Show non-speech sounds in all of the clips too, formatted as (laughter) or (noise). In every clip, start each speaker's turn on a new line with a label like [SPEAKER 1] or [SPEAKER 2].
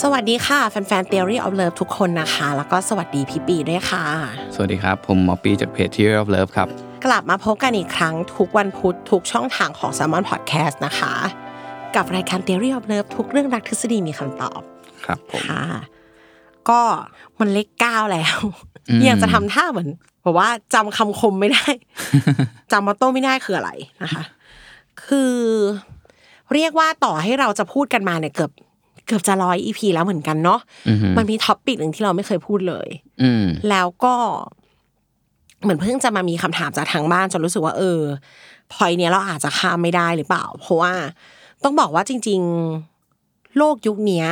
[SPEAKER 1] สวัสดีค่ะ แฟนๆ Theory of Love ทุกคนนะคะ แล้วก็สวัสดีพี่ปีด้วยค่ะ
[SPEAKER 2] สวัสดีครับ ผมหมอปีจากเพจ Theory of Love ครับ
[SPEAKER 1] กลับมาพบกันอีกครั้งทุกวันพุธทุกช่องทางของ s ซ l m o n Podcast นะคะ กับรายการ Theory of Love ทุกเรื่องรักทฤษฎีมีคำตอบ
[SPEAKER 2] ครับผม
[SPEAKER 1] ค่ะ ก็มันเลขเก้าแล้ว ยังจะทำท่าเหมือนแบบว่าจำคำคมไม่ได้
[SPEAKER 2] (laughs)
[SPEAKER 1] จำมอตโต้ไม่ได้คืออะไรนะคะ คือ เรียกว่าต่อให้เราจะพูดกันมาเนี่ยเกือบเกือบจะร้อยอีพีแล้วเหมือนกันเนาะมันมีท็อปปิกหนึ่งที่เราไม่เคยพูดเลย
[SPEAKER 2] อืม
[SPEAKER 1] แล้วก็ เหมือนเพิ่งจะมามีคำถามจากทางบ้านจนรู้สึกว่า เออพอยเนี้ยเราอาจจะข้ามไม่ได้หรือเปล่า เพราะว่าต้องบอกว่าจริง ๆ โลกยุคเนี้ย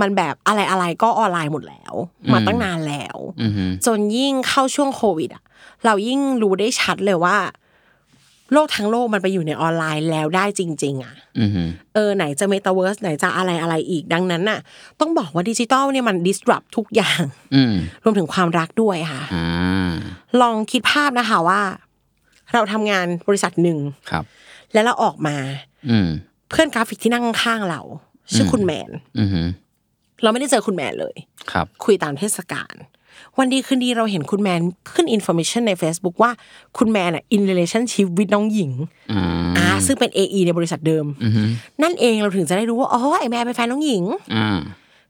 [SPEAKER 1] มันแบบอะไรอะไรๆก็ออนไลน์หมดแล้ว มาตั้งนานแล้ว
[SPEAKER 2] อืม
[SPEAKER 1] จนยิ่งเข้าช่วงโควิดอะเรายิ่งรู้ได้ชัดเลยว่า โลกทั้งโลกมันไปอยู่ในออนไลน์แล้วได้จริง ๆอะ
[SPEAKER 2] อืม
[SPEAKER 1] เออไหนจะเมตาเวิร์สไหนจะอะไรอะไรอีกดังนั้นน่ะ ต้องบอกว่าดิจิตอลเนี่ยมัน disrupt ทุกอย่าง
[SPEAKER 2] อืม
[SPEAKER 1] รวมถึงความรักด้วยค่ะ
[SPEAKER 2] อ่า
[SPEAKER 1] ลองคิดภาพนะคะว่า เราทำงานบริษัทหนึ่ง
[SPEAKER 2] ครับ
[SPEAKER 1] แล้วเราออกมา
[SPEAKER 2] อืม
[SPEAKER 1] เพื่อนกราฟิกที่นั่งข้างเรา ชื่อคุณแมน
[SPEAKER 2] อืม
[SPEAKER 1] เราไม่ได้เจอคุณแมนเลย
[SPEAKER 2] ครับ
[SPEAKER 1] คุยตามเทศกาลวันดีคืนดีเราเห็นคุณแมนขึ้นอินโฟ a มชันใน Facebook ว่าคุณแมนอ่ะอินเ l a t i o n s h i p วิ h น้องหญิง
[SPEAKER 2] อ่า
[SPEAKER 1] อ่าซึ่งเป็น AE ในบริษัทเดิม
[SPEAKER 2] อืม
[SPEAKER 1] นั่นเองเราถึงจะได้รู้ว่า อ๋อ ไอแมนเป็นแฟนน้องหญิง
[SPEAKER 2] อ่า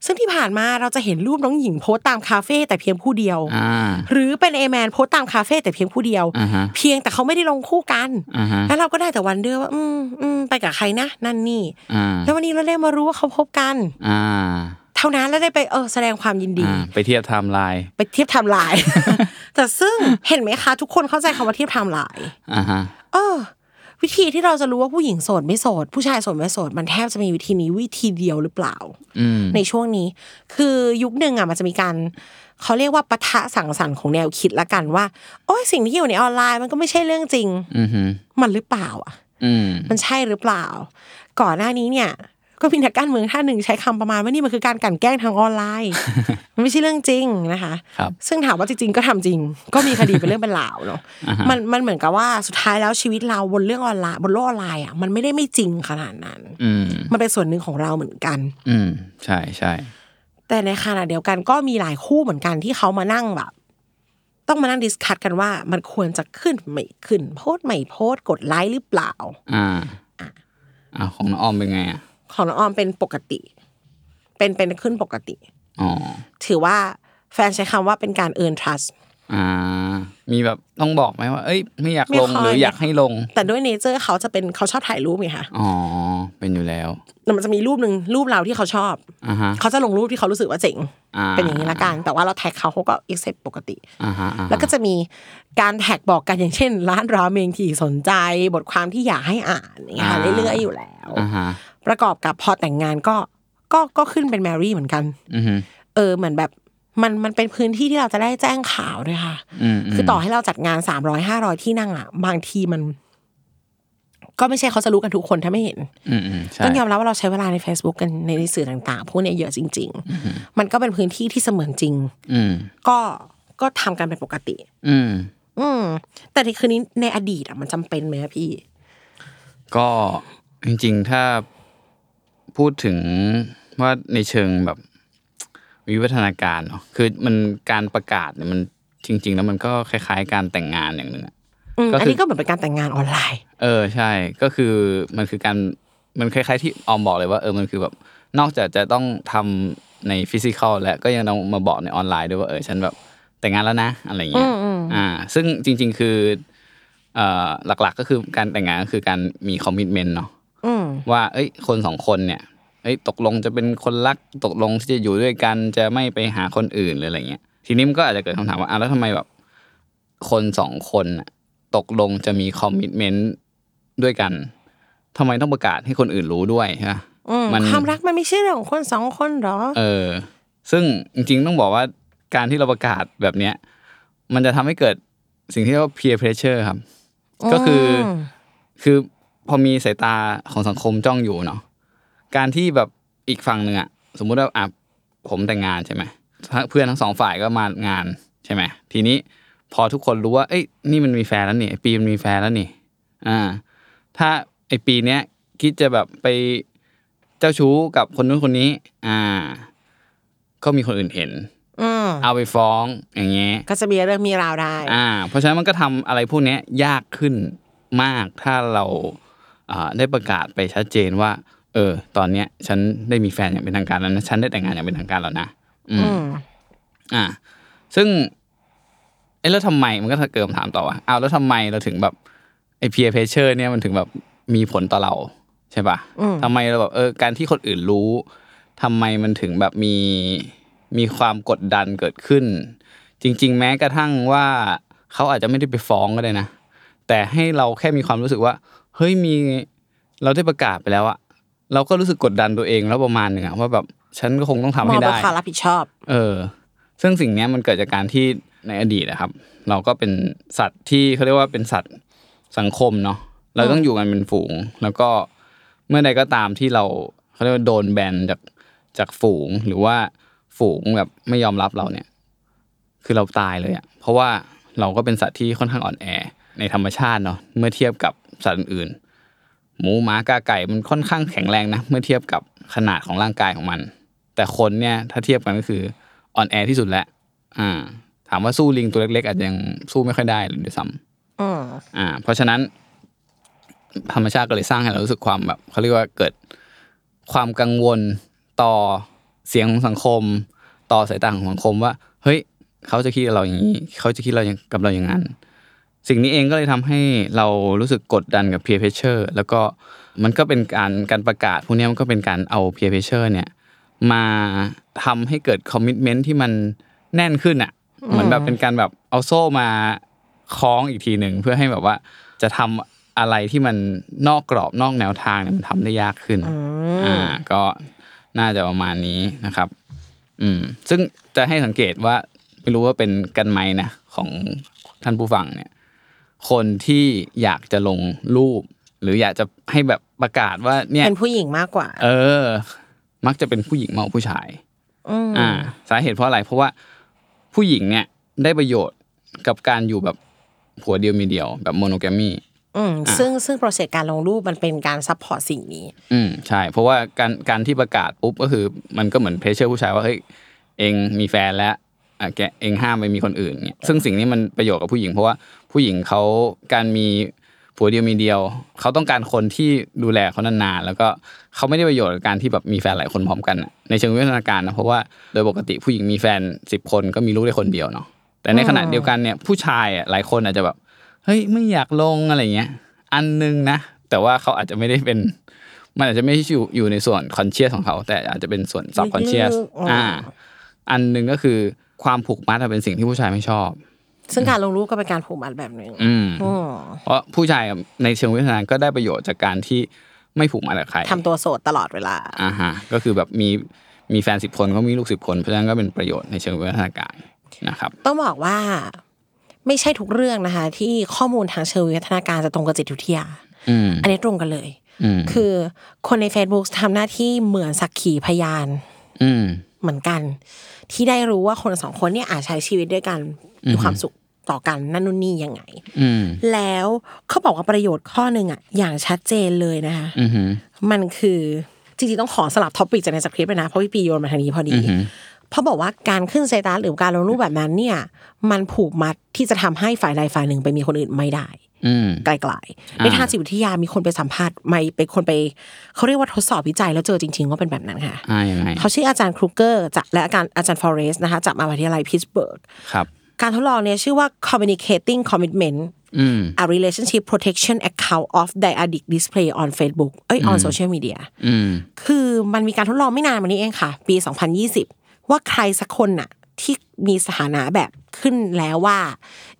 [SPEAKER 1] ซึ่งที่ผ่านมาเราจะเห็นรูปน้องหญิงโพสต์ตามคาเฟ่แต่เพียงผู้เดียว
[SPEAKER 2] อ่า
[SPEAKER 1] หรือเป็นเอแมนโพสต์ตามคาเฟ่แต่เพียงผู้เดียว
[SPEAKER 2] อ่าฮะ
[SPEAKER 1] เพียงแต่เขาไม่ได้ลงคู่กัน
[SPEAKER 2] อ่าฮะ
[SPEAKER 1] แล้วเราก็ได้แต่วันเดือว่า อืมอืมไปกับใครนะ นั่นนี่
[SPEAKER 2] อ่า
[SPEAKER 1] แล้ววันนี้เราได้มารู้ว่าเขาพบกัน
[SPEAKER 2] อ่า
[SPEAKER 1] เท่านั้นแล้วได้ไปเออแสดงความยินดี
[SPEAKER 2] อ่า ไปเทียบไทม์ไลน์
[SPEAKER 1] ไปเทียบไทม์ไล
[SPEAKER 2] (laughs)
[SPEAKER 1] น์ แต่ซึ่งเห็นไหมคะ ทุกคนเข้าใจคำว่าเทียบไทม์ไลน์
[SPEAKER 2] อ่าฮะ
[SPEAKER 1] เออ วิธีที่เราจะรู้ว่าผู้หญิงโสดไม่โสด ผู้ชายโสดไม่โสด มันแทบจะมีวิธีนี้วิธีเดียวหรือเปล่า
[SPEAKER 2] อืม
[SPEAKER 1] ในช่วงนี้ คือยุคหนึ่งอ่ะมันจะมีการเขาเรียกว่าปะทะสังสรรค์ของแนวคิดละกันว่า โอ้ยสิ่งที่อยู่ในออนไลน์มันก็ไม่ใช่เรื่องจริง
[SPEAKER 2] อืม
[SPEAKER 1] มันหรือเปล่าอ่ะ
[SPEAKER 2] อืม
[SPEAKER 1] มันใช่หรือเปล่า ก่อนหน้านี้เนี่ย ก็มีนักการเมืองท่านหนึ่งใช้คำประมาณว่านี่มันคือการกลั่นแกล้งทางออนไลน์ มันไม่ใช่เรื่องจริงนะคะ
[SPEAKER 2] ครับ
[SPEAKER 1] ซึ่งถามว่าจริงๆก็ทำจริง ก็มีคดีเป็นเรื่องเป็นราวเนาะ มันมันเหมือนกับว่าสุดท้ายแล้วชีวิตเราบนเรื่องออนไลน์บนโลกออนไลน์อ่ะมันไม่ได้ไม่จริงขนาดนั้น
[SPEAKER 2] อืม
[SPEAKER 1] มันเป็นส่วนหนึ่งของเราเหมือนกัน
[SPEAKER 2] อืม ใช่ใช่
[SPEAKER 1] แต่ในขณะเดียวกันก็มีหลายคู่เหมือนกันที่เขามานั่งแบบ ต้องมานั่งดิสคัตกันว่า มันควรจะขึ้นไม่ขึ้นโพสต์ไม่โพสต์กดไลค์หรือเปล่า
[SPEAKER 2] อ่า อ่า ของน้องออมเป็นไงอ่ะ
[SPEAKER 1] ของน้องออมเป็นปกติ เป็นเป็นขึ้นปกติ
[SPEAKER 2] อ๋อ
[SPEAKER 1] ถือว่าแฟนใช้คำว่าเป็นการ earn trust
[SPEAKER 2] อ่า มีแบบต้องบอกไหมว่า เอ้ย ไม่อยาก
[SPEAKER 1] ไม่
[SPEAKER 2] ลง
[SPEAKER 1] ค่อย
[SPEAKER 2] หรืออยากให้ลง
[SPEAKER 1] แต่ด้วยเนเจอร์เขาจะเป็นเขาชอบถ่ายรูปไงคะ
[SPEAKER 2] อ๋อ เป็นอยู่แล้ว
[SPEAKER 1] แล้วมันจะมีรูปหนึ่งรูปเราที่เขาชอบ
[SPEAKER 2] อ่าฮะ
[SPEAKER 1] เขาจะลงรูปที่เขารู้สึกว่าเจ๋ง
[SPEAKER 2] อ่า
[SPEAKER 1] เป็นอย่างนี้ละกัน แต่ว่าเราแท็กเขาเขาก็ accept ปกติ
[SPEAKER 2] อ่าฮะอ่าฮะ
[SPEAKER 1] แล้วก็จะมีการแท็กบอกกันอย่างเช่น ร้านราเมงที่สนใจ บทความที่อยากให้อ่านอย่างเงี้ยค่ะ
[SPEAKER 2] อ่า
[SPEAKER 1] เรื่อยๆอยู่แล้ว
[SPEAKER 2] อ่าฮะ
[SPEAKER 1] ประกอบกับพอแต่งงานก็ก็ก็ขึ้นเป็นแมรี่เหมือนกัน
[SPEAKER 2] อืมฮึ
[SPEAKER 1] เออเหมือนแบบมันมันเป็นพื้นที่ที่เราจะได้แจ้งข่าวด้วยค่ะ
[SPEAKER 2] อืม
[SPEAKER 1] คือต่อให้เราจัดงานสามร้อยห้าร้อยที่นั่งอ่ะ บางทีมัน ก็ไม่ใช่เขาจะรู้กันทุกคนถ้าไม่เห็น
[SPEAKER 2] อืมอืมใช่
[SPEAKER 1] ต้องยอมรับว่าเราใช้เวลาใน Facebook กันในสื่อต่างๆ พวกเนี้ยเยอะจริง ๆ มันก็เป็นพื้นที่ที่เสมือนจริง
[SPEAKER 2] อืม
[SPEAKER 1] ก็ก็ทำกันเป็นปกติ
[SPEAKER 2] อืม
[SPEAKER 1] อืม แต่ในคืนนี้ในอดีตอ่ะมันจำเป็นไหมอะพี่
[SPEAKER 2] ก็จริงๆ ถ้าพูดถึงว่าในเชิงแบบ วิวัฒนาการเนาะคือมันการประกาศเนี่ยมันจริง ๆ แล้วมันก็คล้าย ๆ การแต่งงานอย่างหนึ่งอะ
[SPEAKER 1] อืม
[SPEAKER 2] ก็คืออั
[SPEAKER 1] อันนี้ก็เหมือนเป็นการแต่งงานออนไลน์
[SPEAKER 2] เออใช่ก็คือมันคือการมันคล้ายๆที่ออมบอกเลยว่าเออมันคือแบบนอกจากจะต้องทำในฟิสิกอลแล้วก็ยังต้องมาบอกในออนไลน์ด้วยว่าเออฉันแบบแต่งงานแล้วนะอะไรอย่างเงี้ย
[SPEAKER 1] อืมอืม
[SPEAKER 2] อ่า ซึ่งจริง ๆคือเอ่อหลักๆก็คือการแต่งงานก็คือการมีคอมมิชเมนต์เนาะ
[SPEAKER 1] อืม
[SPEAKER 2] ว่าเอ้ย คนสองคนเนี่ย เอ้ย ตกลงจะเป็นคนรัก ตกลงที่จะอยู่ด้วยกัน จะไม่ไปหาคนอื่นหรืออะไรเงี้ย ทีนี้มันก็อาจจะเกิดคำถามว่าอ่ะแล้วทำไมแบบ คนสองคนน่ะตกลงจะมีคอมมิชเมนต์ด้วยกันทำไมต้องประกาศให้คนอื่นรู้ด้วยใช่ปะ
[SPEAKER 1] อืม
[SPEAKER 2] มัน
[SPEAKER 1] ความรักมันไม่ใช่เรื่องของคนสองคนหรอ
[SPEAKER 2] เออ ซึ่งจริงๆต้องบอกว่าการที่เราประกาศแบบเนี้ย มันจะทำให้เกิดสิ่งที่เรียกว่า peer pressure ครับ ก็คืออ
[SPEAKER 1] ม
[SPEAKER 2] คือพอมีสายตาของสังคมจ้องอยู่เนาะ การที่แบบอีกฝั่งหนึ่งอะสมมุติว่าอ่ะผมแต่งงานใช่ไหมทั้งเพื่อนทั้งสองฝ่ายก็มางานใช่ไหมทีนี้พอทุกคนรู้ว่า เอ้ยนี่มันมีแฟนแล้วนี่ไอ้ปีมันมีแฟนแล้วนี่อ่า ถ้าไอปีเนี้ยคิดจะแบบไปเจ้าชู้กับคนนู้นคนนี้ อ่า ก็มีคนอื่นเห็น
[SPEAKER 1] อืม
[SPEAKER 2] เอาไปฟ้องอย่างเงี้ย
[SPEAKER 1] ก็จะมีเรื่องมีราวได้
[SPEAKER 2] อ่า เพราะฉะนั้นมันก็ทำอะไรพวกเนี้ยยากขึ้นมากถ้าเราอ่าได้ประกาศไปชัดเจนว่า เออ ตอนเนี้ย ฉันได้มีแฟนอย่างเป็นทางการแล้วนะฉันได้แต่งงานอย่างเป็นทางการแล้วนะอืม อ่า ซึ่งเอ้แล้วทำไมมันก็เกิดคำถามต่อว่าอ้าวแล้วทำไมเราถึงแบบไอเพียเพเชอร์เนี่ยมันถึงแบบมีผลต่อเรา ใช่ป่ะทำไมเราแบบเออการที่คนอื่นรู้ทำไมมันถึงแบบมีมีความกดดันเกิดขึ้น จริง ๆ แม้กระทั่งว่าเขาอาจจะไม่ได้ไปฟ้องก็ได้นะ แต่ให้เราแค่มีความรู้สึกว่า เฮ้ยมีเราได้ประกาศไปแล้วอะเราก็รู้สึกกดดันตัวเองแล้วประมาณหนึ่งอะว่าแบบฉันก็คงต้องทำ
[SPEAKER 1] มอ
[SPEAKER 2] ให้
[SPEAKER 1] ง
[SPEAKER 2] ได้
[SPEAKER 1] เป็นความรับผิดชอบ
[SPEAKER 2] เออ ซึ่งสิ่งเนี้ยมันเกิดจากการที่ในอดีตนะครับ เราก็เป็นสัตว์ที่เขาเรียกว่าเป็นสัตว์สังคมเนาะ เราต้องอยู่กันเป็นฝูง แล้วก็เมื่อใดก็ตามที่เราเขาเรียกว่าโดนแบนจากจากฝูง หรือว่าฝูงแบบไม่ยอมรับเราเนี่ย คือเราตายเลยอะเพราะว่าเราก็เป็นสัตว์ที่ค่อนข้างอ่อนแอในธรรมชาติเนาะ เมื่อเทียบกับสัตว์อื่น หมูหมากาไก่มันค่อนข้างแข็งแรงนะ เมื่อเทียบกับขนาดของร่างกายของมัน แต่คนเนี่ยถ้าเทียบกันก็คืออ่อนแอที่สุดแล้วอ่า ถามว่าสู้ลิงตัวเล็กๆ อาจจะยังสู้ไม่ค่อยได้หรือด้วยซ้
[SPEAKER 1] อืม
[SPEAKER 2] ำอ่า เพราะฉะนั้น ธรรมชาติก็เลยสร้างให้เรารู้สึกความแบบเขาเรียกว่าเกิดความกังวลต่อเสียงของสังคม ต่อสายตาของสังคมว่า เฮ้ย เขาจะคิดกับเราอย่างนี้ เขาจะคิดเราอย่างกับเราอย่างนั้น สิ่งนี้เองก็เลยทำให้เรารู้สึกกดดันกับ peer pressure แล้วก็มันก็เป็นการการประกาศพวกเนี้ยมันก็เป็นการเอา peer pressure เนี่ย มาทำให้เกิด commitment ที่มันแน่นขึ้นอ่ะ เหมือนแบบเป็นการแบบเอาโซ่มาคล้องอีกทีหนึ่งเพื่อให้แบบว่าจะทำอะไรที่มันนอกกรอบนอกแนวทางเนี่ยมันทำได้ยากขึ้นอ่าก็น่าจะประมาณนี้นะครับ อืมซึ่งจะให้สังเกตว่าไม่รู้ว่าเป็นกันไหมนะ ของท่านผู้ฟังเนี่ย คนที่อยากจะลงรูป หรืออยากจะให้แบบประกาศว่าเนี่ย
[SPEAKER 1] เป็นผู้หญิงมากกว่า
[SPEAKER 2] เออ มักจะเป็นผู้หญิงมากกว่าผู้ชายอ่า สาเหตุเพราะอะไร เพราะว่าผู้หญิงเนี่ยได้ประโยชน์กับการอยู่แบบผัวเดียวมีเดียว แบบโมโนแกรมี
[SPEAKER 1] อืมซึ่งซึ่งโปรเซสการลงรูปมันเป็นการซัพพอร์ตสิ่งนี้
[SPEAKER 2] อืมใช่ เพราะว่าการการที่ประกาศปุ๊บก็คือ มันก็เหมือนเพรสเชอร์ผู้ชายว่าเฮ้ยเองมีแฟนแล้วอ่ะแกเองห้ามไปมีคนอื่นเนี่ยซึ่งสิ่งนี้มันประโยชน์กับผู้หญิง เพราะว่าผู้หญิงเขาการมีผัวเดียวมีเดียว เขาต้องการคนที่ดูแลเขานานๆแล้วก็เขาไม่ได้ประโยชน์กับการที่แบบมีแฟนหลายคนพร้อมกันน่ะในเชิงวิวัฒนาการนะเพราะว่าโดยปกติผู้หญิงมีแฟนสิบคนก็มีลูกได้คนเดียวเนาะแต่ในขณะเดียวกันเนี่ยผู้ชายอ่ะหลายคนอาจจะแบบ เฮ้ยไม่อยากลงอะไรเงี้ย อันนึงนะ แต่ว่าเขาอาจจะไม่ได้เป็น มันอาจจะไม่ใช่อยู่อยู่ในส่วนคอนเชียสของเขา แต่อาจจะเป็นส่วนซับคอนเชียส
[SPEAKER 1] ลึกๆอ๋ออ่
[SPEAKER 2] อ่า อันหนึงก็คือความผูกมัดอะเป็นสิ่งที่ผู้ชายไม่ชอบ
[SPEAKER 1] ซึ่งการลงรูปก็เป็นการผูกมัดแบบหนึ่ง
[SPEAKER 2] อืม
[SPEAKER 1] อืม
[SPEAKER 2] เพราะผู้ชายในเชิงวิทยาการก็ได้ประโยชน์จากการที่ไม่ผูกมัดกับใคร
[SPEAKER 1] ทำตัวโสดตลอดเวลา
[SPEAKER 2] อ่าฮะก็คือแบบมีมีแฟนสิบคนเขามีลูกสิบคน เพราะฉะนั้นก็เป็นประโยชน์ในเชิงวิทยาการนะครับ
[SPEAKER 1] ต้องบอกว่า ไม่ใช่ทุกเรื่องนะคะ ที่ข้อมูลทางเชิงวิวัฒนาการจะตรงกับจิตวิทยา
[SPEAKER 2] อืม
[SPEAKER 1] อันนี้ตรงกันเลย
[SPEAKER 2] อืม
[SPEAKER 1] คือคนใน Facebook ทำหน้าที่เหมือนสักขีพยาน
[SPEAKER 2] อืม
[SPEAKER 1] เหมือนกัน ที่ได้รู้ว่าคนสองคนเนี่ยอาจใช้ชีวิตด้วยกันมีความสุขต่อกันนั่นนู่นนี่ยังไง
[SPEAKER 2] อืม
[SPEAKER 1] แล้วเขาบอกว่าประโยชน์ข้อหนึ่งอะอย่างชัดเจนเลยนะคะ
[SPEAKER 2] อืม
[SPEAKER 1] มันคือจริงๆต้องขอสลับท็อปิกจากในสคริปต์ไปนะ เพราะพี่ปีโยนมาทางนี้พอดี เพราะบอกว่าการขึ้นสเตตัสหรือการลงรูปแบบนั้นเนี่ย มันผูกมัดที่จะทำให้ฝ่ายใดฝ่ายหนึ่งไปมีคนอื่นไม่ได้
[SPEAKER 2] อืม
[SPEAKER 1] ไกลๆ ในทางจิตวิทยามีคนไปสัมภาษณ์ไม่เป็นคนไปเขาเรียกว่าทดสอบวิจัยแล้วเจอจริงๆว่าเป็นแบบนั้นค่ะ
[SPEAKER 2] อ่ายังไง
[SPEAKER 1] เขาชื่ออาจารย์ครูเกอร์จากและอาจารย์อาจารย์ฟอเรสนะคะจากมหาวิทยาลัยพิตสเบิร์ก
[SPEAKER 2] ครับ
[SPEAKER 1] การทดลองเนี่ยชื่อว่า communicating commitment
[SPEAKER 2] อืม
[SPEAKER 1] a relationship protection account of the addict display on Facebook เอ้ย on social media
[SPEAKER 2] อืม
[SPEAKER 1] คือมันมีการทดลองไม่นานมานี้เองค่ะ ปี 2020 ว่าใครสักคนน่ะที่มีสถานะแบบขึ้นแล้วว่า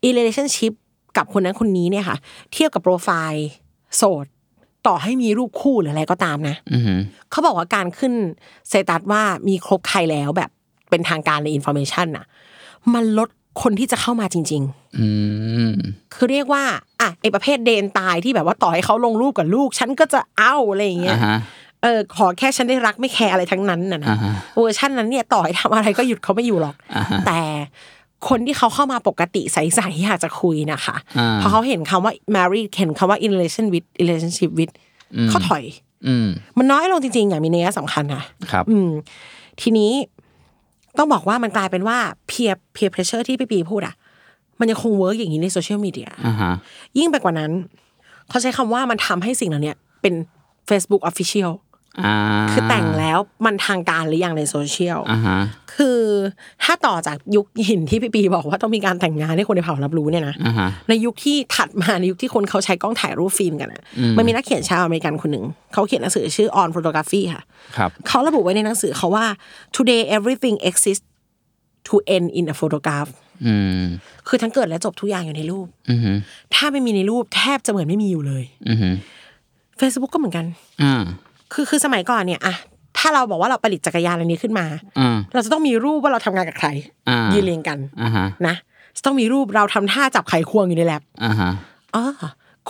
[SPEAKER 1] in relationship กับคนนั้นคนนี้เนี่ยค่ะ เทียบกับโปรไฟล์โสด ต่อให้มีรูปคู่หรืออะไรก็ตามนะ
[SPEAKER 2] อืม
[SPEAKER 1] เขาบอกว่าการขึ้นเซตัสว่ามีครบใครแล้วแบบเป็นทางการในอินโฟเมชันน่ะ มันลดคนที่จะเข้ามาจริง ๆ
[SPEAKER 2] อืม
[SPEAKER 1] คือเรียกว่าอ่ะไอประเภทเดนตายที่แบบว่าต่อให้เขาลงรูปกับลูก ฉันก็จะเอาอะไรอย่างเงี้ย
[SPEAKER 2] อ่าฮะ
[SPEAKER 1] เออขอแค่ฉันได้รักไม่แคร์อะไรทั้งนั้นนะนะ
[SPEAKER 2] อ่าฮะ
[SPEAKER 1] เวอร์ชันนั้นเนี่ยต่อให้ทำอะไรก็หยุดเขาไม่อยู่หรอก
[SPEAKER 2] อ่าฮะ
[SPEAKER 1] แต่คนที่เขาเข้ามาปกติใสๆอยากจะคุยนะคะ
[SPEAKER 2] อ่า
[SPEAKER 1] พอเขาเห็นคำว่า marry เห็นคำว่า in relation with relationship with เขาถอย
[SPEAKER 2] อืม
[SPEAKER 1] มันน้อยลงจริงๆอย่างมีนัยสำคัญค่ะ
[SPEAKER 2] ครับ
[SPEAKER 1] อืมทีนี้ต้องบอกว่ามันกลายเป็นว่าเพียเพียเพรสเชอร์ที่พี่ปีพูดอ่ะ มันยังคงเวิร์กอย่างนี้ในโซเชียลมีเดีย
[SPEAKER 2] อ่าฮะ
[SPEAKER 1] ยิ่งไปกว่านั้น เขาใช้คำว่ามันทำให้สิ่งเหล่าเนี้ยเป็น Facebook Official
[SPEAKER 2] อ่า
[SPEAKER 1] คือแต่งแล้วมันทางการหรือยังในโซเชียล
[SPEAKER 2] อ่าฮะ
[SPEAKER 1] คือถ้าต่อจากยุคหินที่พี่ปีบอกว่าต้องมีการแต่งงานให้คนในเผ่ารับรู้เนี่ยนะ
[SPEAKER 2] อ่าฮะ
[SPEAKER 1] ในยุคที่ถัดมาในยุคที่คนเขาใช้กล้องถ่ายรูปฟิล์มกันอะมันมีนักเขียนชาวอเมริกันคนหนึ่ง เขาเขียนหนังสือชื่อ On Photography ค่ะ
[SPEAKER 2] ครับ
[SPEAKER 1] เขาระบุไว้ในหนังสือเขาว่า today everything exists to end in a photograph
[SPEAKER 2] อืม
[SPEAKER 1] คือทั้งเกิดและจบทุกอย่างอยู่ในรูป
[SPEAKER 2] อืม
[SPEAKER 1] ถ้าไม่มีในรูปแทบจะเหมือนไม่มีอยู่เลย
[SPEAKER 2] อืม
[SPEAKER 1] Facebook ก็เหมือนกัน
[SPEAKER 2] อ่า
[SPEAKER 1] คือคือสมัยก่อนเนี่ยอะถ้าเราบอกว่าเราผลิตจักรยานอะไรนี้ขึ้นมา
[SPEAKER 2] อ่า
[SPEAKER 1] เราจะต้องมีรูปว่าเราทำงานกับใคร
[SPEAKER 2] อ่ายื
[SPEAKER 1] ยืนเรียงกัน
[SPEAKER 2] อ่าฮะ
[SPEAKER 1] นะจะต้องมีรูปเราทำท่าจับไขควงอยู่ในแลบ
[SPEAKER 2] อ่าฮะ
[SPEAKER 1] อ๋อ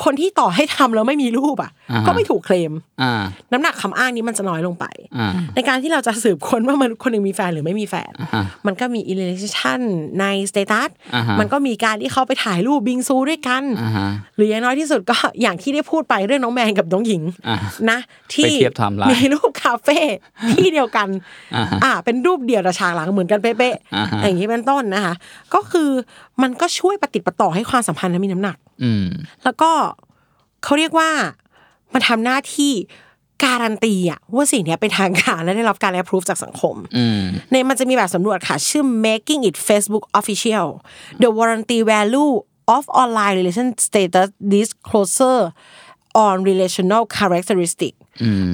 [SPEAKER 1] คนที่ต่อให้ทำแล้วไม่มีรูปอ่ะ
[SPEAKER 2] อ่าฮะ
[SPEAKER 1] ก็ไม่ถูกเคลม
[SPEAKER 2] อ่า
[SPEAKER 1] น้ำหนักคำอ้างนี้มันจะน้อยลงไป
[SPEAKER 2] อ่า
[SPEAKER 1] ในการที่เราจะสืบค้นว่ามนุษย์คนหนึ่งมีแฟนหรือไม่มีแฟน
[SPEAKER 2] อ่า
[SPEAKER 1] มันก็มีอิเลชันในสเตตัส
[SPEAKER 2] อ่าฮะ
[SPEAKER 1] มันก็มีการที่เขาไปถ่ายรูปบิงซูด้วยกัน
[SPEAKER 2] อ่าฮะ
[SPEAKER 1] หรืออย่างน้อยที่สุดก็ อย่างที่ได้พูดไปเรื่องน้องแมนกับน้องหญิง
[SPEAKER 2] อ่า
[SPEAKER 1] นะที่
[SPEAKER 2] ไปเทียบไทม์ไลน์
[SPEAKER 1] มีรูปคาเฟ่ (laughs) ที่เดียวกัน
[SPEAKER 2] อ่าฮะ
[SPEAKER 1] อ่า เป็นรูปเดียวแต่ฉากหลังเหมือนกันเป๊ะ
[SPEAKER 2] อ่าฮะ
[SPEAKER 1] ๆอย่างนี้เป็นต้นนะคะ ก็คือมันก็ช่วยปฏิดประต่อให้ความสัมพันธ์นั้นมีน้ำหนัก
[SPEAKER 2] อืม
[SPEAKER 1] แล้วก็เขาเรียกว่ามันทำหน้าที่การันตีอะว่าสิ่งเนี้ยเป็นทางการและได้รับการแอปพรูฟจากสังคม
[SPEAKER 2] อืม
[SPEAKER 1] ในมันจะมีแบบสำรวจค่ะ ชื่อ making it Facebook official the warranty value of online relation status disclosure on relational characteristic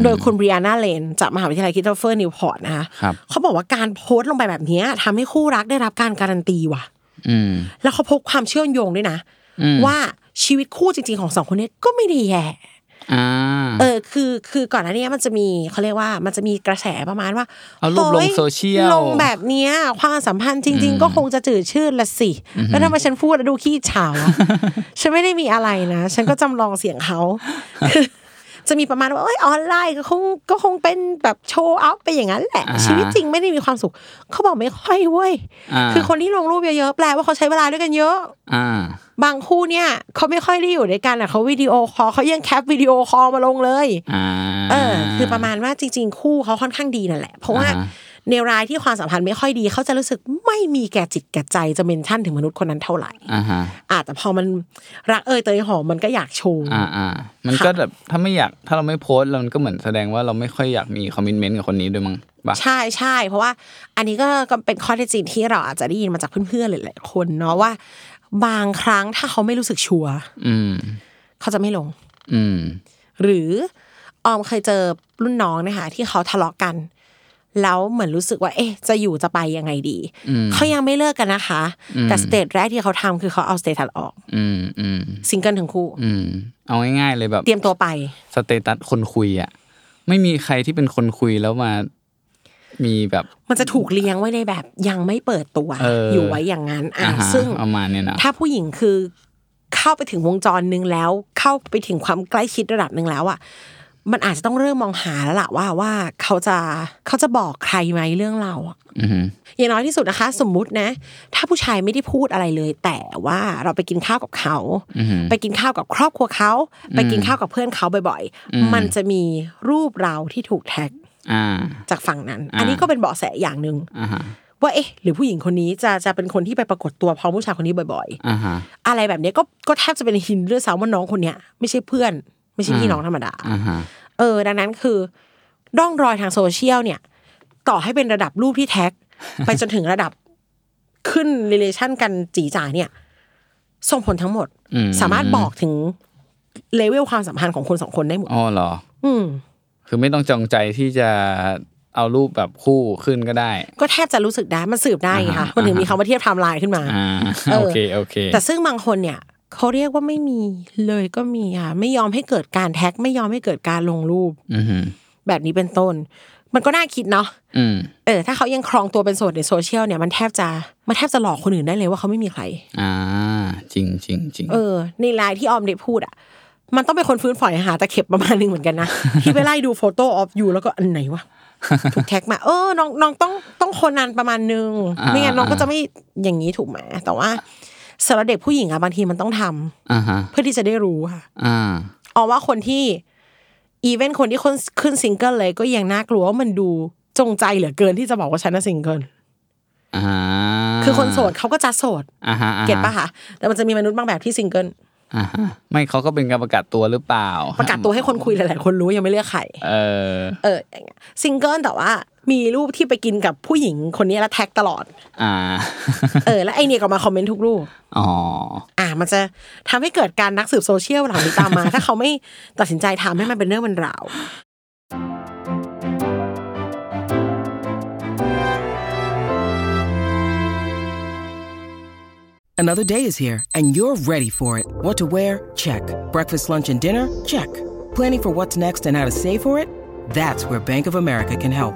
[SPEAKER 1] โดยคุณบริอาน่าเลนจากมหาวิทยาลัยคริสโตเฟอร์นิวพอร์ตนะคะ
[SPEAKER 2] ครับ
[SPEAKER 1] เขาบอกว่าการโพสต์ลงไปแบบเนี้ยทำให้คู่รักได้รับการการันตีว่ะ
[SPEAKER 2] อืม
[SPEAKER 1] แล้วเขาพบความเชื่อมโยงด้วยนะ ว่าชีวิตคู่จริง ๆ ของสองคนเนี้ก็ไม่ได้แย่
[SPEAKER 2] อ่า
[SPEAKER 1] เออคือคือก่อนหน้านี้มันจะมีเขาเรียกว่ามันจะมีกระแสประมาณว่า
[SPEAKER 2] เอารูปลง
[SPEAKER 1] ฮ้
[SPEAKER 2] โซเชียล
[SPEAKER 1] ลงแบบเนี้ยความสัมพันธ์จริง ๆ ก็คงจะจืดชืดละสิแล้วทำไมฉันพูดแล้วดูขี้เฉา
[SPEAKER 2] (laughs)
[SPEAKER 1] อะ ฉันไม่ได้มีอะไรนะ ฉันก็จำลองเสียงเขาคือจะมีประมาณว่าเอ้ยออนไลน์ก็คงก็คงเป็นแบบโชว์อัพไปอย่างนั้นแหละ
[SPEAKER 2] อ่าฮะ
[SPEAKER 1] ชีวิตจริงไม่ได้มีความสุข เขาบอกไม่ค่อยเว้ย
[SPEAKER 2] อ่า
[SPEAKER 1] คือคนที่ลงรูปเยอะๆแปลว่าเขาใช้เวลาด้วยกันเยอะ
[SPEAKER 2] อ่า
[SPEAKER 1] บางคู่เนี่ยเขาไม่ค่อยได้อยู่ด้วยกันอ่ะเขาวิดีโอคอลเขายังแคปวิดีโอคอลมาลงเลย
[SPEAKER 2] อ่า
[SPEAKER 1] เออคือประมาณว่าจริง ๆ คู่เขาค่อนข้างดีนั่นแหละ เพราะว่า
[SPEAKER 2] อ่าฮะ
[SPEAKER 1] ในรายที่ความสัมพันธ์ไม่ค่อยดีเขาจะรู้สึกไม่มีแก่จิตแก่ใจจะเมนชั่นถึงมนุษย์คนนั้นเท่าไหร่
[SPEAKER 2] อ่าฮะ
[SPEAKER 1] อาจจะพอมันรักเอยเตยหอมมันก็อยากโชว์
[SPEAKER 2] อ่าอ่า มันก็แบบถ้าไม่อยากถ้าเราไม่โพสต์แล้วมันก็เหมือนแสดงว่าเราไม่ค่อยอยากมีคอมมิชเมนต์กับคนนี้ด้วยมั้งปะ
[SPEAKER 1] ใช่ใช่เพราะว่าอันนี้ก็ก็เป็นข้อเท็จจริงที่เราอาจจะได้ยินมาจากเพื่อนๆหลายๆคนเนาะว่า บางครั้งถ้าเขาไม่รู้สึกชัวร์
[SPEAKER 2] อืม
[SPEAKER 1] เขาจะไม่ลง
[SPEAKER 2] อืม
[SPEAKER 1] หรือออมเคยเจอรุ่นน้องนะคะที่เขาทะเลาะกัน แล้วเหมือนรู้สึกว่า เอ๊ะ จะอยู่จะไปยังไงดี เขายังไม่เลิกกันนะคะ แต่สเตจแรกที่เขาทำคือเขาเอาสเตตัสออก
[SPEAKER 2] อืม อืม
[SPEAKER 1] ซิงเกิลทั้งคู่
[SPEAKER 2] อืม เอาง่ายๆเลยแบบ
[SPEAKER 1] เตรียมตัวไป
[SPEAKER 2] สเตตัสคนคุยอ่ะ ไม่มีใครที่เป็นคนคุยแล้วมา มีแบบ
[SPEAKER 1] มันจะถูกเลี้ยงไว้ในแบบยังไม่เปิดตัว
[SPEAKER 2] เอออ
[SPEAKER 1] ยู่ไว้อย่างนั้นอ่ะ
[SPEAKER 2] อ่าฮะ
[SPEAKER 1] ซึ่ง
[SPEAKER 2] ประมาณเนี้ยเนาะ
[SPEAKER 1] ถ้าผู้หญิงคือเข้าไปถึงวงจรหนึ่งแล้ว เข้าไปถึงความใกล้ชิดระดับหนึ่งแล้วอ่ะมันอาจจะต้องเริ่มมองหาแล้วล่ะว่าว่าเขาจะเขาจะบอกใครไหมเรื่องเราอะ
[SPEAKER 2] อืม
[SPEAKER 1] อย่างน้อยที่สุดนะคะ สมมุตินะ ถ้าผู้ชายไม่ได้พูดอะไรเลย แต่ว่าเราไปกินข้าวกับเขา ไปกินข้าวกับครอบครัวเขา ไปกินข้าวกับเพื่อนเขาบ่อยๆ มันจะมีรูปเราที่ถูกแท็ก
[SPEAKER 2] อ่า
[SPEAKER 1] จากฝั่งนั้น อันนี้ก็เป็นเบาะแสอย่างหนึ่ง
[SPEAKER 2] อ่าฮะ
[SPEAKER 1] ว่าเอ๊ะ หรือผู้หญิงคนนี้จะจะเป็นคนที่ไปปรากฏตัวพร้อมผู้ชายคนนี้บ่อย ๆ
[SPEAKER 2] อ่าฮะ
[SPEAKER 1] อะไรแบบเนี้ยก็ก็แทบจะเป็นหินเลือดสาวว่าน้องคนเนี้ยไม่ใช่เพื่อน ไม่ใช่พี่น้องธรรมดา
[SPEAKER 2] อ่าฮะ
[SPEAKER 1] เออ ดังนั้นคือร่องรอยทางโซเชียลเนี่ย ต่อให้เป็นระดับรูปที่แท็ก (laughs) ไปจนถึงระดับขึ้น relation กันจีจ๋าเนี่ย ส่งผลทั้งหมด
[SPEAKER 2] อืม
[SPEAKER 1] สามารถบอกถึงเลเวลความสัมพันธ์ของคนสองคนได้หมด
[SPEAKER 2] อ๋อเหรอ
[SPEAKER 1] อืม
[SPEAKER 2] คือไม่ต้องจงใจที่จะเอารูปแบบคู่ขึ้นก็ได้
[SPEAKER 1] ก็แทบจะรู้สึกได้มันสืบได้ไงค่ะมันถึงมีคำว่าเทียบไทม์ไลน์ขึ้นมา
[SPEAKER 2] อ่า
[SPEAKER 1] เออ
[SPEAKER 2] โอเค โอเค
[SPEAKER 1] แต่ซึ่งบางคนเนี่ยเขาเรียกว่าไม่มีเลยก็มีค่ะไม่ยอมให้เกิดการแท็ก ไม่ยอมให้เกิดการลงรูป
[SPEAKER 2] อืม
[SPEAKER 1] แบบนี้เป็นต้น มันก็น่าคิดเนาะ
[SPEAKER 2] อืม
[SPEAKER 1] เออ ถ้าเขายังครองตัวเป็นโสดในโซเชียลเนี่ย มันแทบจะ มันแทบจะหลอกคนอื่นได้เลยว่าเขาไม่มีใคร
[SPEAKER 2] อ่า จริงจริงจริง
[SPEAKER 1] เออ ในไลน์ที่ออมได้พูดอ่ะ มันต้องเป็นคนฟื้นฝอยหาตะเข็บประมาณนึงเหมือนกันนะ (laughs) ที่ไปไล่ดูโฟโต้ออฟอยู่แล้วก็อันไหน (laughs) วะ ถูกแท็กมา เออ น้อง น้องต้อง ต้องคนนั้นประมาณนึง ไม่งั้นน้องก็จะไม่ อย่างนี้ถูกไหมแต่ว่าสำหรับเด็กผู้หญิงอะบางทีมันต้องทำ
[SPEAKER 2] อ่าฮะ
[SPEAKER 1] เพื่อที่จะได้รู้ค่ะ
[SPEAKER 2] อ่า
[SPEAKER 1] ออมว่าคนที่อีเวนคนที่คนขึ้นซิงเกิลเลยก็ยังน่ากลัวว่ามันดูจงใจเหลือเกินที่จะบอกว่าฉันน่ะซิงเกิล
[SPEAKER 2] อ่า
[SPEAKER 1] คือคนโสดเขาก็จะโสด
[SPEAKER 2] อ่าฮะอ่าฮ
[SPEAKER 1] เก็ตปะคะแต่มันจะมีมนุษย์บางแบบที่ซิงเกิล
[SPEAKER 2] อ่าฮะ ไม่เขาก็เป็นการประกาศตัวหรือเปล่า
[SPEAKER 1] ประกาศตัวให้คนคุยหลาย ๆ คนรู้ยังไม่เลือกใคร
[SPEAKER 2] เออ
[SPEAKER 1] เอออย่างเงี้ยซิงเกิลแต่ว่ามีรูปที่ไปกินกับผู้หญิงคนนี้แล้วแท็กตลอด
[SPEAKER 2] อ่า (laughs)
[SPEAKER 1] เออแล้วไอเนี่ยก็มาคอมเมนต์ทุกรูป
[SPEAKER 2] อ๋อ
[SPEAKER 1] อ่ามันจะทำให้เกิดการนักสืบโซเชียลเหล่านี้ตามมา (laughs) ถ้าเขาไม่ตัดสินใจทำให้มันเป็นเรื่องเป็นราว
[SPEAKER 3] Another day is here, and you're ready for it. What to wear? Check. Breakfast, lunch, and dinner? Check. Planning for what's next and how to save for it? That's where Bank of America can help.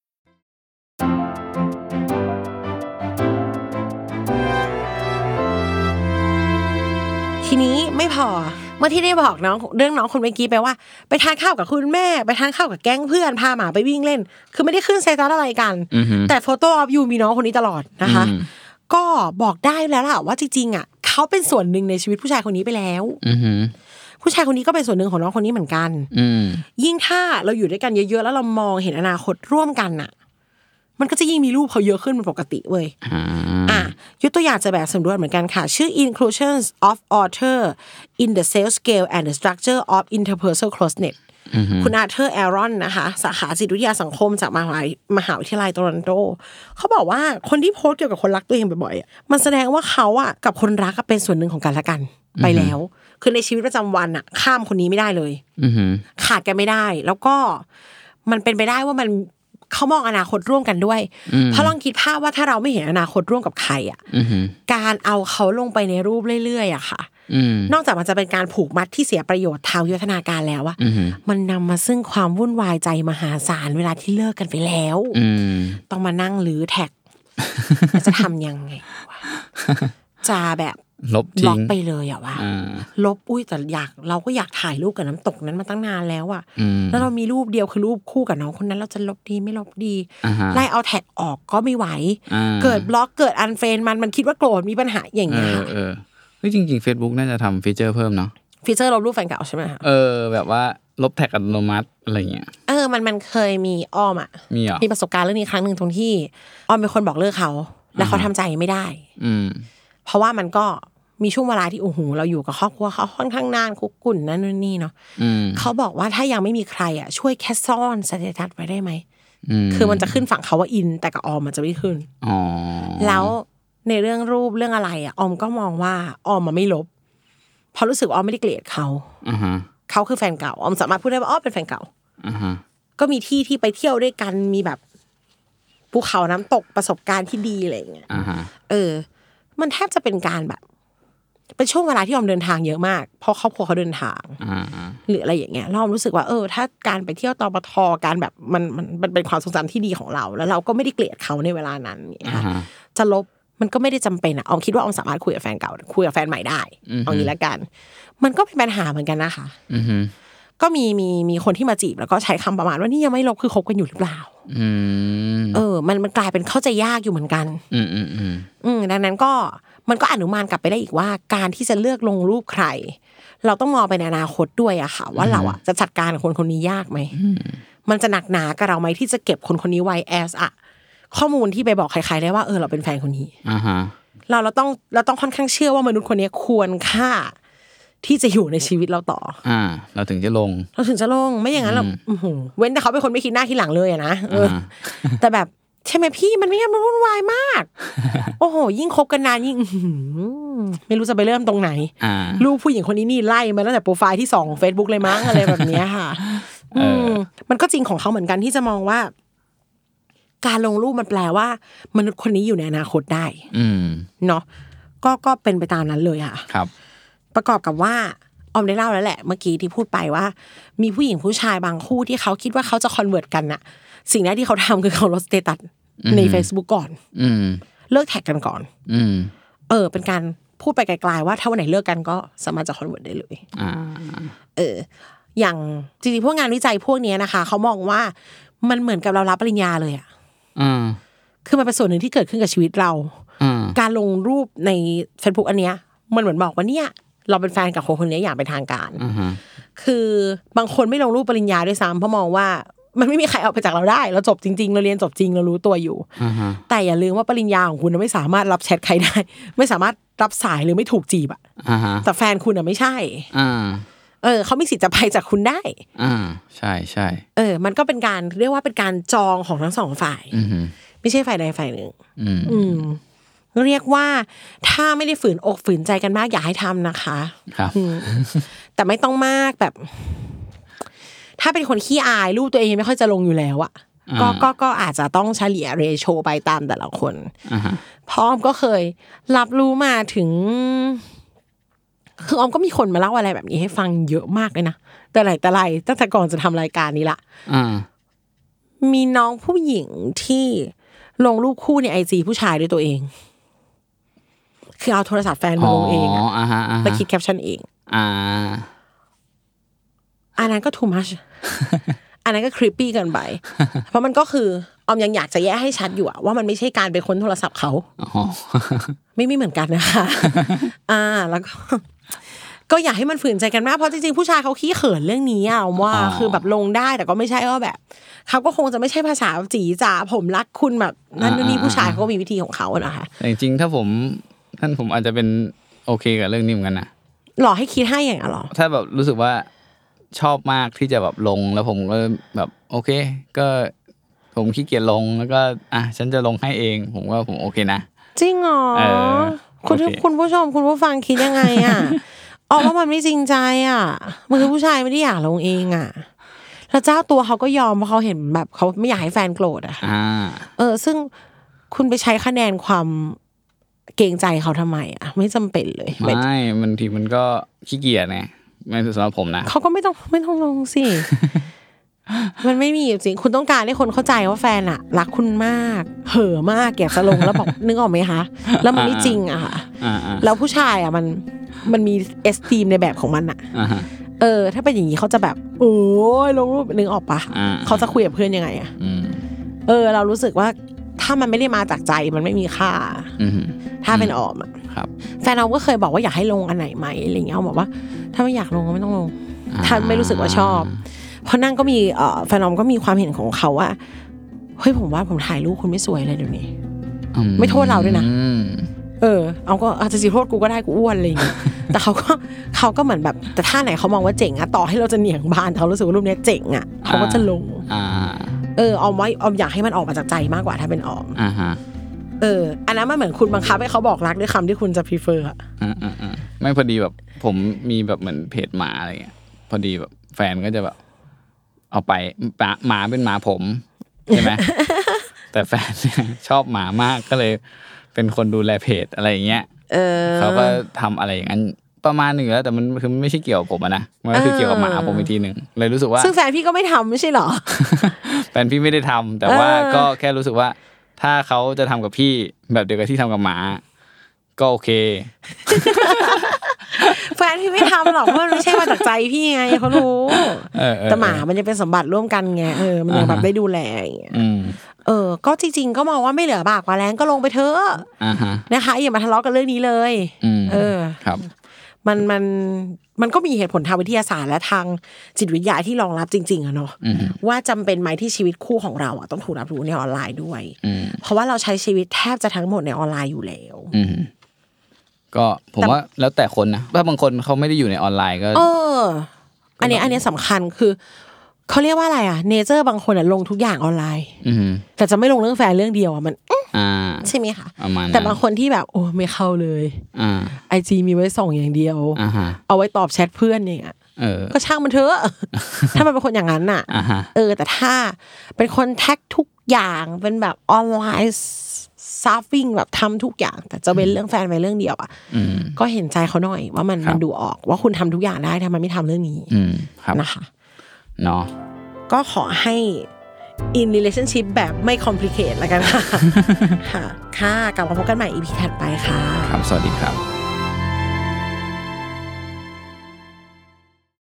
[SPEAKER 1] ทีนี้ไม่พอเมื่อที่ได้บอกน้องเรื่องน้องคนเมื่อกี้ไปว่า ไปทานข้าวกับคุณแม่ ไปทานข้าวกับแก๊งเพื่อนพาหมาไปวิ่งเล่น คือไม่ได้ขึ้นเซตัสอะไรกัน แต่โฟโต้ออฟยูมีน้องคนนี้ตลอดนะคะ ก็บอกได้แล้วล่ะว่าจริงๆอ่ะเขาเป็นส่วนหนึ่งในชีวิตผู้ชายคนนี้ไปแล้ว
[SPEAKER 2] อือหือ
[SPEAKER 1] ผู้ชายคนนี้ก็เป็นส่วนหนึ่งของน้องคนนี้เหมือนกัน
[SPEAKER 2] อืม
[SPEAKER 1] ยิ่งถ้าเราอยู่ด้วยกันเยอะๆ แล้วเรามองเห็นอนาคตร่วมกันน่ะ มันก็จะยิ่งมีรูปเขาเยอะขึ้นเป็นปกติเว้ย
[SPEAKER 2] อ่า
[SPEAKER 1] อ่ะยกตัวอย่างจะแบบสำรวจเหมือนกันค่ะ ชื่อ inclusions of author in the sales scale and the structure of interpersonal closeness คุณอาเธอร์แอรอนนะคะ สาขาจิตวิทยาสังคมจากมหาวิมหาวิทยาลัยโตรอนโต เขาบอกว่าคนที่โพสต์เกี่ยวกับคนรักตัวเองบ่อยๆอ่ะมันแสดงว่าเขาอ่ะกับคนรักอ่ะเป็นส่วนหนึ่งของกันและกัน ไปแล้ว คือในชีวิตประจำวันอ่ะ ข้ามคนนี้ไม่ได้เลย
[SPEAKER 2] อือหือ
[SPEAKER 1] ขาดกันไม่ได้ แล้วก็มันเป็นไปได้ว่ามันเขามองอนาคตร่วมกันด้วยเพราะลองคิดภาพว่าถ้าเราไม่เห็นอนาคตร่วมกับใครอ่ะ
[SPEAKER 2] อือหือ
[SPEAKER 1] การเอาเขาลงไปในรูปเรื่อยๆอะค่ะ
[SPEAKER 2] อืม
[SPEAKER 1] นอกจากมันจะเป็นการผูกมัดที่เสียประโยชน์ทางยุทธนาการแล้วอะ
[SPEAKER 2] อือหือ
[SPEAKER 1] มันนำมาซึ่งความวุ่นวายใจมหาศาลเวลาที่เลิกกันไปแล้ว
[SPEAKER 2] อืม
[SPEAKER 1] ต้องมานั่งหรือแท็
[SPEAKER 2] (laughs)
[SPEAKER 1] กแล้วจะทำยังไงวะจะแบบ
[SPEAKER 2] ลบบ
[SPEAKER 1] ล็
[SPEAKER 2] ทิ้
[SPEAKER 1] อก
[SPEAKER 2] ง
[SPEAKER 1] ไปเลยอะวะ
[SPEAKER 2] อ่า
[SPEAKER 1] ลบอุ้ยแต่อยากเราก็อยากถ่ายรูปกับน้ำตกนั้นมาตั้งนานแล้วอะ
[SPEAKER 2] อืม
[SPEAKER 1] แล้วเรามีรูปเดียวคือรูปคู่กับน้องคนนั้น เราจะลบดีไม่ลบดี
[SPEAKER 2] อ่าฮะ
[SPEAKER 1] ไล่เอาแท็กออกก็ไม่ไหว
[SPEAKER 2] อ่า
[SPEAKER 1] เกิดบล็อกเกิดอันเฟนมันมันคิดว่าโกรธมีปัญหาอย่าง
[SPEAKER 2] เอ
[SPEAKER 1] เงี้ย
[SPEAKER 2] อ
[SPEAKER 1] ค่ะ
[SPEAKER 2] เออเฮ้ยจริงๆ Facebook น่าจะทำฟีเจอร์เพิ่มเนาะ
[SPEAKER 1] ฟีเจอร์ลบรูปแฟนเก่าใช่ไหมคะ
[SPEAKER 2] เออ แบบว่าลบแท็กอัตโนมัติอะไรเงี้ย
[SPEAKER 1] เออมันมันเคยมีออมอะ
[SPEAKER 2] มีเหรอ
[SPEAKER 1] มีประสบการณ์เรื่องนี้ครั้งหนึ่งตรงที่ออมเป็นคนบอกเลิกเขา แล้วเขาทำใจไม่ได้
[SPEAKER 2] อืม
[SPEAKER 1] เพราะว่ามันก็มีช่วงเวลาที่โอ้โหเราอยู่กับครอบครัวเขาค่อนข้างนานคุกกุ่นนั่นนู่นนี่เนาะ
[SPEAKER 2] อืม
[SPEAKER 1] เขาบอกว่าถ้ายังไม่มีใครอ่ะช่วยแค่ซ่อนสเตตัสไว้ได้ไหม
[SPEAKER 2] อืม
[SPEAKER 1] คือมันจะขึ้นฝั่งเขาว่าอิน แต่กับออมมันจะไม่ขึ้น
[SPEAKER 2] อ๋อ
[SPEAKER 1] แล้วในเรื่องรูปเรื่องอะไรอ่ะออมก็มองว่าออมมันไม่ลบ เพราะรู้สึกว่าออมไม่ได้เกลียดเขา
[SPEAKER 2] อ่าฮะ
[SPEAKER 1] เขาคือแฟนเก่าออมสามารถพูดได้ว่าออมเป็นแฟนเก่า
[SPEAKER 2] อ่าฮะ
[SPEAKER 1] ก็มีที่ที่ไปเที่ยวด้วยกันมีแบบภูเขาน้ำตกประสบการณ์ที่ดีอะไรอย่างเงี้ย
[SPEAKER 2] อ่าฮะ
[SPEAKER 1] เออ มันแทบจะเป็นการแบบ เป็นช่วงเวลาที่ออมเดินทางเยอะมาก เพราะครอบครัวเขาเดินทาง
[SPEAKER 2] อ่าอ่า
[SPEAKER 1] หรืออะไรอย่างเงี้ยแล้วออมรู้สึกว่าเออ ถ้าการไปเที่ยวตอปทการแบบมันมันมันเป็นความทรงจำที่ดีของเรา แล้วเราก็ไม่ได้เกลียดเขาในเวลานั้นเนี่ย
[SPEAKER 2] อ่า
[SPEAKER 1] ค่ะ
[SPEAKER 2] ฮะ
[SPEAKER 1] จะลบมันก็ไม่ได้จำเป็นอะออมคิดว่าออมสามารถคุยกับแฟนเก่าคุยกับแฟนใหม่ได้
[SPEAKER 2] อือฮึ
[SPEAKER 1] เอางี้ละกัน มันก็เป็นปัญหาเหมือนกันนะคะ
[SPEAKER 2] อือฮึ
[SPEAKER 1] ก็มีมีมีคนที่มาจีบแล้วก็ใช้คำประมาณว่านี่ยังไม่ลบคือคบกันอยู่หรือเปล่า
[SPEAKER 2] อืม
[SPEAKER 1] เออ มันมันกลายเป็นเข้าใจยากอยู่เหมือนกัน
[SPEAKER 2] อืมอืมอืม
[SPEAKER 1] อืมดังนั้นก็มันก็อนุมานกลับไปได้อีกว่า การที่จะเลือกลงรูปใคร เราต้องมองไปในอนาคตด้วยอะค่ะ ว่าเราอะจะจัดการกับคนคนนี้ยากไหมมันจะหนักหนากับเราไหมที่จะเก็บคนคนนี้ไว้แอสอะข้อมูลที่ไปบอกใครๆได้ว่าเออเราเป็นแฟนคนนี้
[SPEAKER 2] อ่าฮะ
[SPEAKER 1] เราเราต้องเราต้องค่อนข้างเชื่อว่ามนุษย์คนนี้ควรค่า ที่จะอยู่ในชีวิตเราต่อ
[SPEAKER 2] อ่า เราถึงจะลง
[SPEAKER 1] เราถึงจะลงไม่อย่างนั้นเราอื้อหือเว้นแต่เขาเป็นคนไม่คิดหน้าคิดหลังเลยอะนะเอออ
[SPEAKER 2] า
[SPEAKER 1] แต่แบบใช่ไหมพี่มันไม่งั้นมันวุ่นวายมาก (laughs) โอ้โห ยิ่งคบกันนานยิ่งอื้อหือไม่รู้จะไปเริ่มตรงไหน
[SPEAKER 2] อ่า
[SPEAKER 1] รูปผู้หญิงคนนี้นี่ไล่มาตั้งแต่โปรไฟล์ที่สองของ Facebook เลยมั้งอะไรแบบเนี้ยค่ะ อืมมันก็จริงของเขาเหมือนกันที่จะมองว่า การลงรูปมันแปลว่า มนุษย์คนนี้อยู่ในอนาคตได้
[SPEAKER 2] อืม
[SPEAKER 1] เนาะก็ก็เป็นไปตามนั้นเลยค่ะ
[SPEAKER 2] ครับ
[SPEAKER 1] ประกอบกับว่าออมได้เล่าแล้วแหละ เมื่อกี้ที่พูดไปว่า มีผู้หญิงผู้ชายบางคู่ที่เขาคิดว่าเขาจะคอนเวิร์ตกันน่ะ สิ่งแรกที่เขาทำคือเขาลดสเตตัสใน Facebook ก่อน
[SPEAKER 2] อืม
[SPEAKER 1] เลิกแท็กกันก่อน
[SPEAKER 2] อืม
[SPEAKER 1] เออ เป็นการพูดไปไกลๆว่าถ้าวันไหนเลิกกันก็สามารถจะคอนเวิร์ตได้เลย
[SPEAKER 2] อ่า
[SPEAKER 1] เออ อย่างจริงๆพวกงานวิจัยพวกเนี้ยนะคะ เขามองว่ามันเหมือนกับเรารับปริญญาเลยอะ
[SPEAKER 2] อ่า
[SPEAKER 1] คือมันเป็นส่วนหนึ่งที่เกิดขึ้นกับชีวิตเรา
[SPEAKER 2] อ่า
[SPEAKER 1] การลงรูปใน Facebook อันเนี้ย มันเหมือนบอกว่าเนี่ย เราเป็นแฟนกับคนคนนี้อย่างเป็นทางการ
[SPEAKER 2] อ่าฮะ
[SPEAKER 1] คือบางคนไม่ลงรูปปริญญาด้วยซ้ำเพราะมองว่ามันไม่มีใครเอาไปจากเราได้ เราจบจริงๆ เราเรียนจบจริงเรารู้ตัวอยู่
[SPEAKER 2] อ่าฮะ
[SPEAKER 1] แต่อย่าลืมว่าปริญญาของคุณน่ะไม่สามารถรับแชทใครได้ (laughs) ไม่สามารถรับสายหรือไม่ถูกจีบอะ
[SPEAKER 2] อ่าฮะ
[SPEAKER 1] แต่แฟนคุณอะไม่ใช่
[SPEAKER 2] อ่า
[SPEAKER 1] เออเขามีสิทธิ์จะไปจากคุณได้
[SPEAKER 2] อ่า ใช่ใช่
[SPEAKER 1] เออ มันก็เป็นการเรียกว่าเป็นการจองของทั้งสองฝ่าย
[SPEAKER 2] อืม
[SPEAKER 1] ไม่ใช่ฝ่ายใดฝ่ายหนึ่ง
[SPEAKER 2] อืม
[SPEAKER 1] อืม เรียกว่าถ้าไม่ได้ฝืนอกฝืนใจกันมากอย่าให้ทำนะคะ
[SPEAKER 2] ครับ
[SPEAKER 1] แต่ไม่ต้องมากแบบ ถ้าเป็นคนขี้อายรูปตัวเองยังไม่ค่อยจะลงอยู่แล้วอะ
[SPEAKER 2] อ่า
[SPEAKER 1] ก็ก็ก็อาจจะต้องเฉลี่ยเรโชไปตามแต่ละคน
[SPEAKER 2] อ่าฮะ
[SPEAKER 1] เพราะออมก็เคยรับรู้มาถึง คือออมก็มีคนมาเล่าอะไรแบบนี้ให้ฟังเยอะมากเลยนะแต่ไหนแต่ไรตั้งแต่ก่อนจะทำรายการนี้ละ
[SPEAKER 2] อ่า
[SPEAKER 1] มีน้องผู้หญิงที่ลงรูปคู่ในไอจีผู้ชายด้วยตัวเอง คือเอาโทรศัพท์แฟนมาลงเอง
[SPEAKER 2] อ๋อ
[SPEAKER 1] อะ
[SPEAKER 2] อ่าฮะอ่าฮะ
[SPEAKER 1] แล้วคิดแคปชั่นเอง
[SPEAKER 2] อ่า
[SPEAKER 1] อันนั้นก็ too much
[SPEAKER 2] (laughs)
[SPEAKER 1] อันนั้นก็ค r ิปปี้เกินไป เพราะมันก็คือออมยังอยากจะแยกให้ชัดอยู่อะว่ามันไม่ใช่การไปค้นโทรศัพท์เขา
[SPEAKER 2] อ๋อ
[SPEAKER 1] ไม่ไม่เหมือนกันนะคะ
[SPEAKER 2] (laughs)
[SPEAKER 1] อ่า แล้วก็ ก็อยากให้มันฝืนใจกันมาก เพราะจริงๆ ผู้ชายเขาขี้เขินเรื่องนี้อะออมว่า
[SPEAKER 2] อ๋อ
[SPEAKER 1] คือแบบลงได้แต่ก็ไม่ใช่ว่าแบบเขาก็คงจะไม่ใช่ภาษาจีจ๋าผมรักคุณแบบนั่นนู่นนี่ผู้ชายเขาก็มีวิธีของเขาอะนะคะ
[SPEAKER 2] แต่จริงๆ ถ้าผม ท่านผมอาจจะเป็นโอเคกับเรื่องนี้เหมือนกันนะ
[SPEAKER 1] หลอกให้คิดให้อย่างนั้นเหรอ
[SPEAKER 2] ถ้าแบบรู้สึกว่าชอบมากที่จะแบบลงแล้วผมก็แบบโอเค ก็ผมขี้เกียจลงแล้วก็อ่ะฉันจะลงให้เอง ผมว่าผมโอเคนะ
[SPEAKER 1] จริงเหรอ
[SPEAKER 2] เออ
[SPEAKER 1] คุณ
[SPEAKER 2] โอเค
[SPEAKER 1] คุณผู้ชมคุณผู้ฟังคิดยังไงอ่ะ ออกว่ามันไม่จริงใจอ่ะมันคือผู้ชายไม่ได้อยากลงเองอ่ะแล้วเจ้าตัวเขาก็ยอมเพราะเขาเห็นแบบเขาไม่อยากให้แฟนโกรธอ่ะ
[SPEAKER 2] อ่า
[SPEAKER 1] เออ ซึ่งคุณไปใช้คะแนนความเกรงใจเขาทำไมอ่ะ ไม่จำเป็นเลยแบบ
[SPEAKER 2] ไม่บางทีมันก็ขี้เกียจไงไม่สำหรับผมนะ
[SPEAKER 1] เขาก็ไม่ต้องไม่ต้องลงสิ
[SPEAKER 2] (laughs)
[SPEAKER 1] มันไม่มีอยู่จริงคุณต้องการให้คนเข้าใจว่าแฟนอ่ะ รักคุณมาก เห่อมากอยากจะลงแล้วบอก (laughs) นึกออกไหมคะ แล้วมันไม่จริงอะค่ะ
[SPEAKER 2] อ่าอ่า
[SPEAKER 1] แล้วผู้ชายอ่ะมันมันมีเอสตีมในแบบของมันอ่ะ
[SPEAKER 2] อ่าฮะ
[SPEAKER 1] เออ ถ้าเป็นอย่างนี้เขาจะแบบโอ้ยลงรูปนึกออกปะ
[SPEAKER 2] อ่า
[SPEAKER 1] เขาจะคุยกับเพื่อนยังไงอ่ะ
[SPEAKER 2] อืม
[SPEAKER 1] เออ เรารู้สึกว่าถ้ามันไม่ได้มาจากใจมันไม่มีค่า
[SPEAKER 2] อืม
[SPEAKER 1] ถ้าเป็นออมอ่ะ
[SPEAKER 2] ครับ
[SPEAKER 1] แฟนเราก็เคยบอกว่าอยากให้ลงอันไหนไหมอะไรเงี้ยเอาบอกว่า ถ้าไม่อยากลงก็ไม่ต้องลง ถ้าไม่รู้สึกว่าชอบ เพราะนั่งก็มีเออแฟนออมก็มีความเห็นของเขาว่าเฮ้ยผมว่าผมถ่ายรูปคุณไม่สวยเลยเดี๋ยวนี้
[SPEAKER 2] อื
[SPEAKER 1] ไม่โทษเราด้วยนะ
[SPEAKER 2] อืม
[SPEAKER 1] เออ เอาก็อาจจะสิโทษกูก็ได้กูอ้วนอะ
[SPEAKER 2] (laughs)
[SPEAKER 1] ไรอย่างเงี้ย แต่เขาก็เขาก็เหมือนแบบแต่ท่าไหนเขามองว่าเจ๋งอะต่อให้เราจะเหนียงบานแต่เขารู้สึกว่ารูปเนี้ยเจ๋งอะเขาก็จะลง
[SPEAKER 2] อ่า
[SPEAKER 1] เออออมไว้ออมอยากให้มันออกมาจากใจมากกว่าถ้าเป็นออม
[SPEAKER 2] อ่าฮะ
[SPEAKER 1] เออ อันนั้นมันเหมือนคุณบังคับให้เขาบอกรักด้วยคำที่คุณจะ prefer อะ
[SPEAKER 2] อ่าอ่าอ่าไม่พอดีแบบ ผมมีแบบเหมือนเพจหมาอะไรเงี้ยพอดีแบบแฟนก็จะแบบ เอาไปหมาหมาเป็นหมาผมใช่ไหม
[SPEAKER 1] (laughs)
[SPEAKER 2] แต่แฟนเนี่ยชอบหมามากก็เลย เป็นคนดูแลเพจอะไรอย่างเงี้ยเขาก็ทำอะไรอย่างนั้นประมาณหนึ่งอยู่แล้วแต่มันคือมันไม่ใช่เกี่ยวกับผมอะนะมันก็คือเกี่ยวกับหมาผมอีกทีหนึ่งเลยรู้สึกว่า
[SPEAKER 1] ซึ่งแฟนพี่ก็ไม่ทำไม่ใช่เหรอ
[SPEAKER 2] แฟนพี่ไม่ได้ทำแต่ว่า
[SPEAKER 1] เออ
[SPEAKER 2] ก็แค่รู้สึกว่า ถ้าเขาจะทำกับพี่แบบเดียวกับที่ทำกับหมา ก็โอเค
[SPEAKER 1] แฟนพี่ไม่ทำหรอกเพราะมันไม่ใช่มาจากใจพี่ไงเขารู้
[SPEAKER 2] เออเออ
[SPEAKER 1] แต่หมามันจะเป็นสมบัติร่วมกันไงเออมันยังแบบได้ดูแลอย่างเงี้ย
[SPEAKER 2] อืม
[SPEAKER 1] เออก็จริง ๆ ก็มองว่าไม่เหลือบากกว่าแรงก็ลงไปเถอะ
[SPEAKER 2] อ่าฮะ
[SPEAKER 1] นะคะอย่ามาทะเลาะกันเรื่องนี้เลย
[SPEAKER 2] อืม
[SPEAKER 1] เออ
[SPEAKER 2] ครับ
[SPEAKER 1] มันมันมันก็มีเหตุผลทางวิทยาศาสตร์และทางจิตวิทยาที่รองรับจริง ๆอะเนาะว่าจำเป็นไหมที่ชีวิตคู่ของเราอะต้องถูกรับรู้ในออนไลน์ด้วย
[SPEAKER 2] อืม
[SPEAKER 1] เพราะว่าเราใช้ชีวิตแทบจะทั้งหมดในออนไลน์อยู่แล้ว
[SPEAKER 2] อืมก็ผมว่าแล้วแต่คนนะถ้าบางคนเขาไม่ได้อยู่ในออนไลน์ก็
[SPEAKER 1] เออ อันเนี้ยอันเนี้ยสำคัญคือเขาเรียกว่าอะไรอะเนเจอร์บางคนอะลงทุกอย่างออนไลน์
[SPEAKER 2] อืม
[SPEAKER 1] แต่จะไม่ลงเรื่องแฟนเรื่องเดียวอะมันเอ๊ะ
[SPEAKER 2] อ่า
[SPEAKER 1] ใช่ไหมคะ
[SPEAKER 2] ประมาณนั้น
[SPEAKER 1] แต่บางคนที่แบบโอ้ไม่เข้าเลย
[SPEAKER 2] อ่า
[SPEAKER 1] ไอจีมีไว้ส่องอย่างเดียว
[SPEAKER 2] อ่าฮะ
[SPEAKER 1] เอาไว้ตอบแชทเพื่อนอย่างเงี้ย
[SPEAKER 2] เออ
[SPEAKER 1] ก็ช่างมันเถอะ
[SPEAKER 2] (laughs)
[SPEAKER 1] ถ้ามันเป็นคนอย่างนั้นน่ะ
[SPEAKER 2] อ่าฮะ
[SPEAKER 1] เออแต่ถ้าเป็นคนแท็กทุกอย่างเป็นแบบออนไลน์ซาฟฟิงแบบทำทุกอย่าง แต่จะเป็นเรื่องแฟนไปเรื่องเดียวอ่ะ
[SPEAKER 2] อืม
[SPEAKER 1] ก็เห็นใจเขาหน่อยว่ามัน
[SPEAKER 2] ครับ
[SPEAKER 1] มันดูออกว่าคุณทำทุกอย่างได้ทำไมไม่ทำเรื่องนี้
[SPEAKER 2] อืมครับ
[SPEAKER 1] นะคะ
[SPEAKER 2] เนาะ
[SPEAKER 1] ก็ขอให้ in relationship แบบไม่ complicate แล้วกันค่ะ ค่ะ ค่ะกลับมาพบกันใหม่ EP ถัดไปค่ะ
[SPEAKER 2] ครับสวัสดีครับ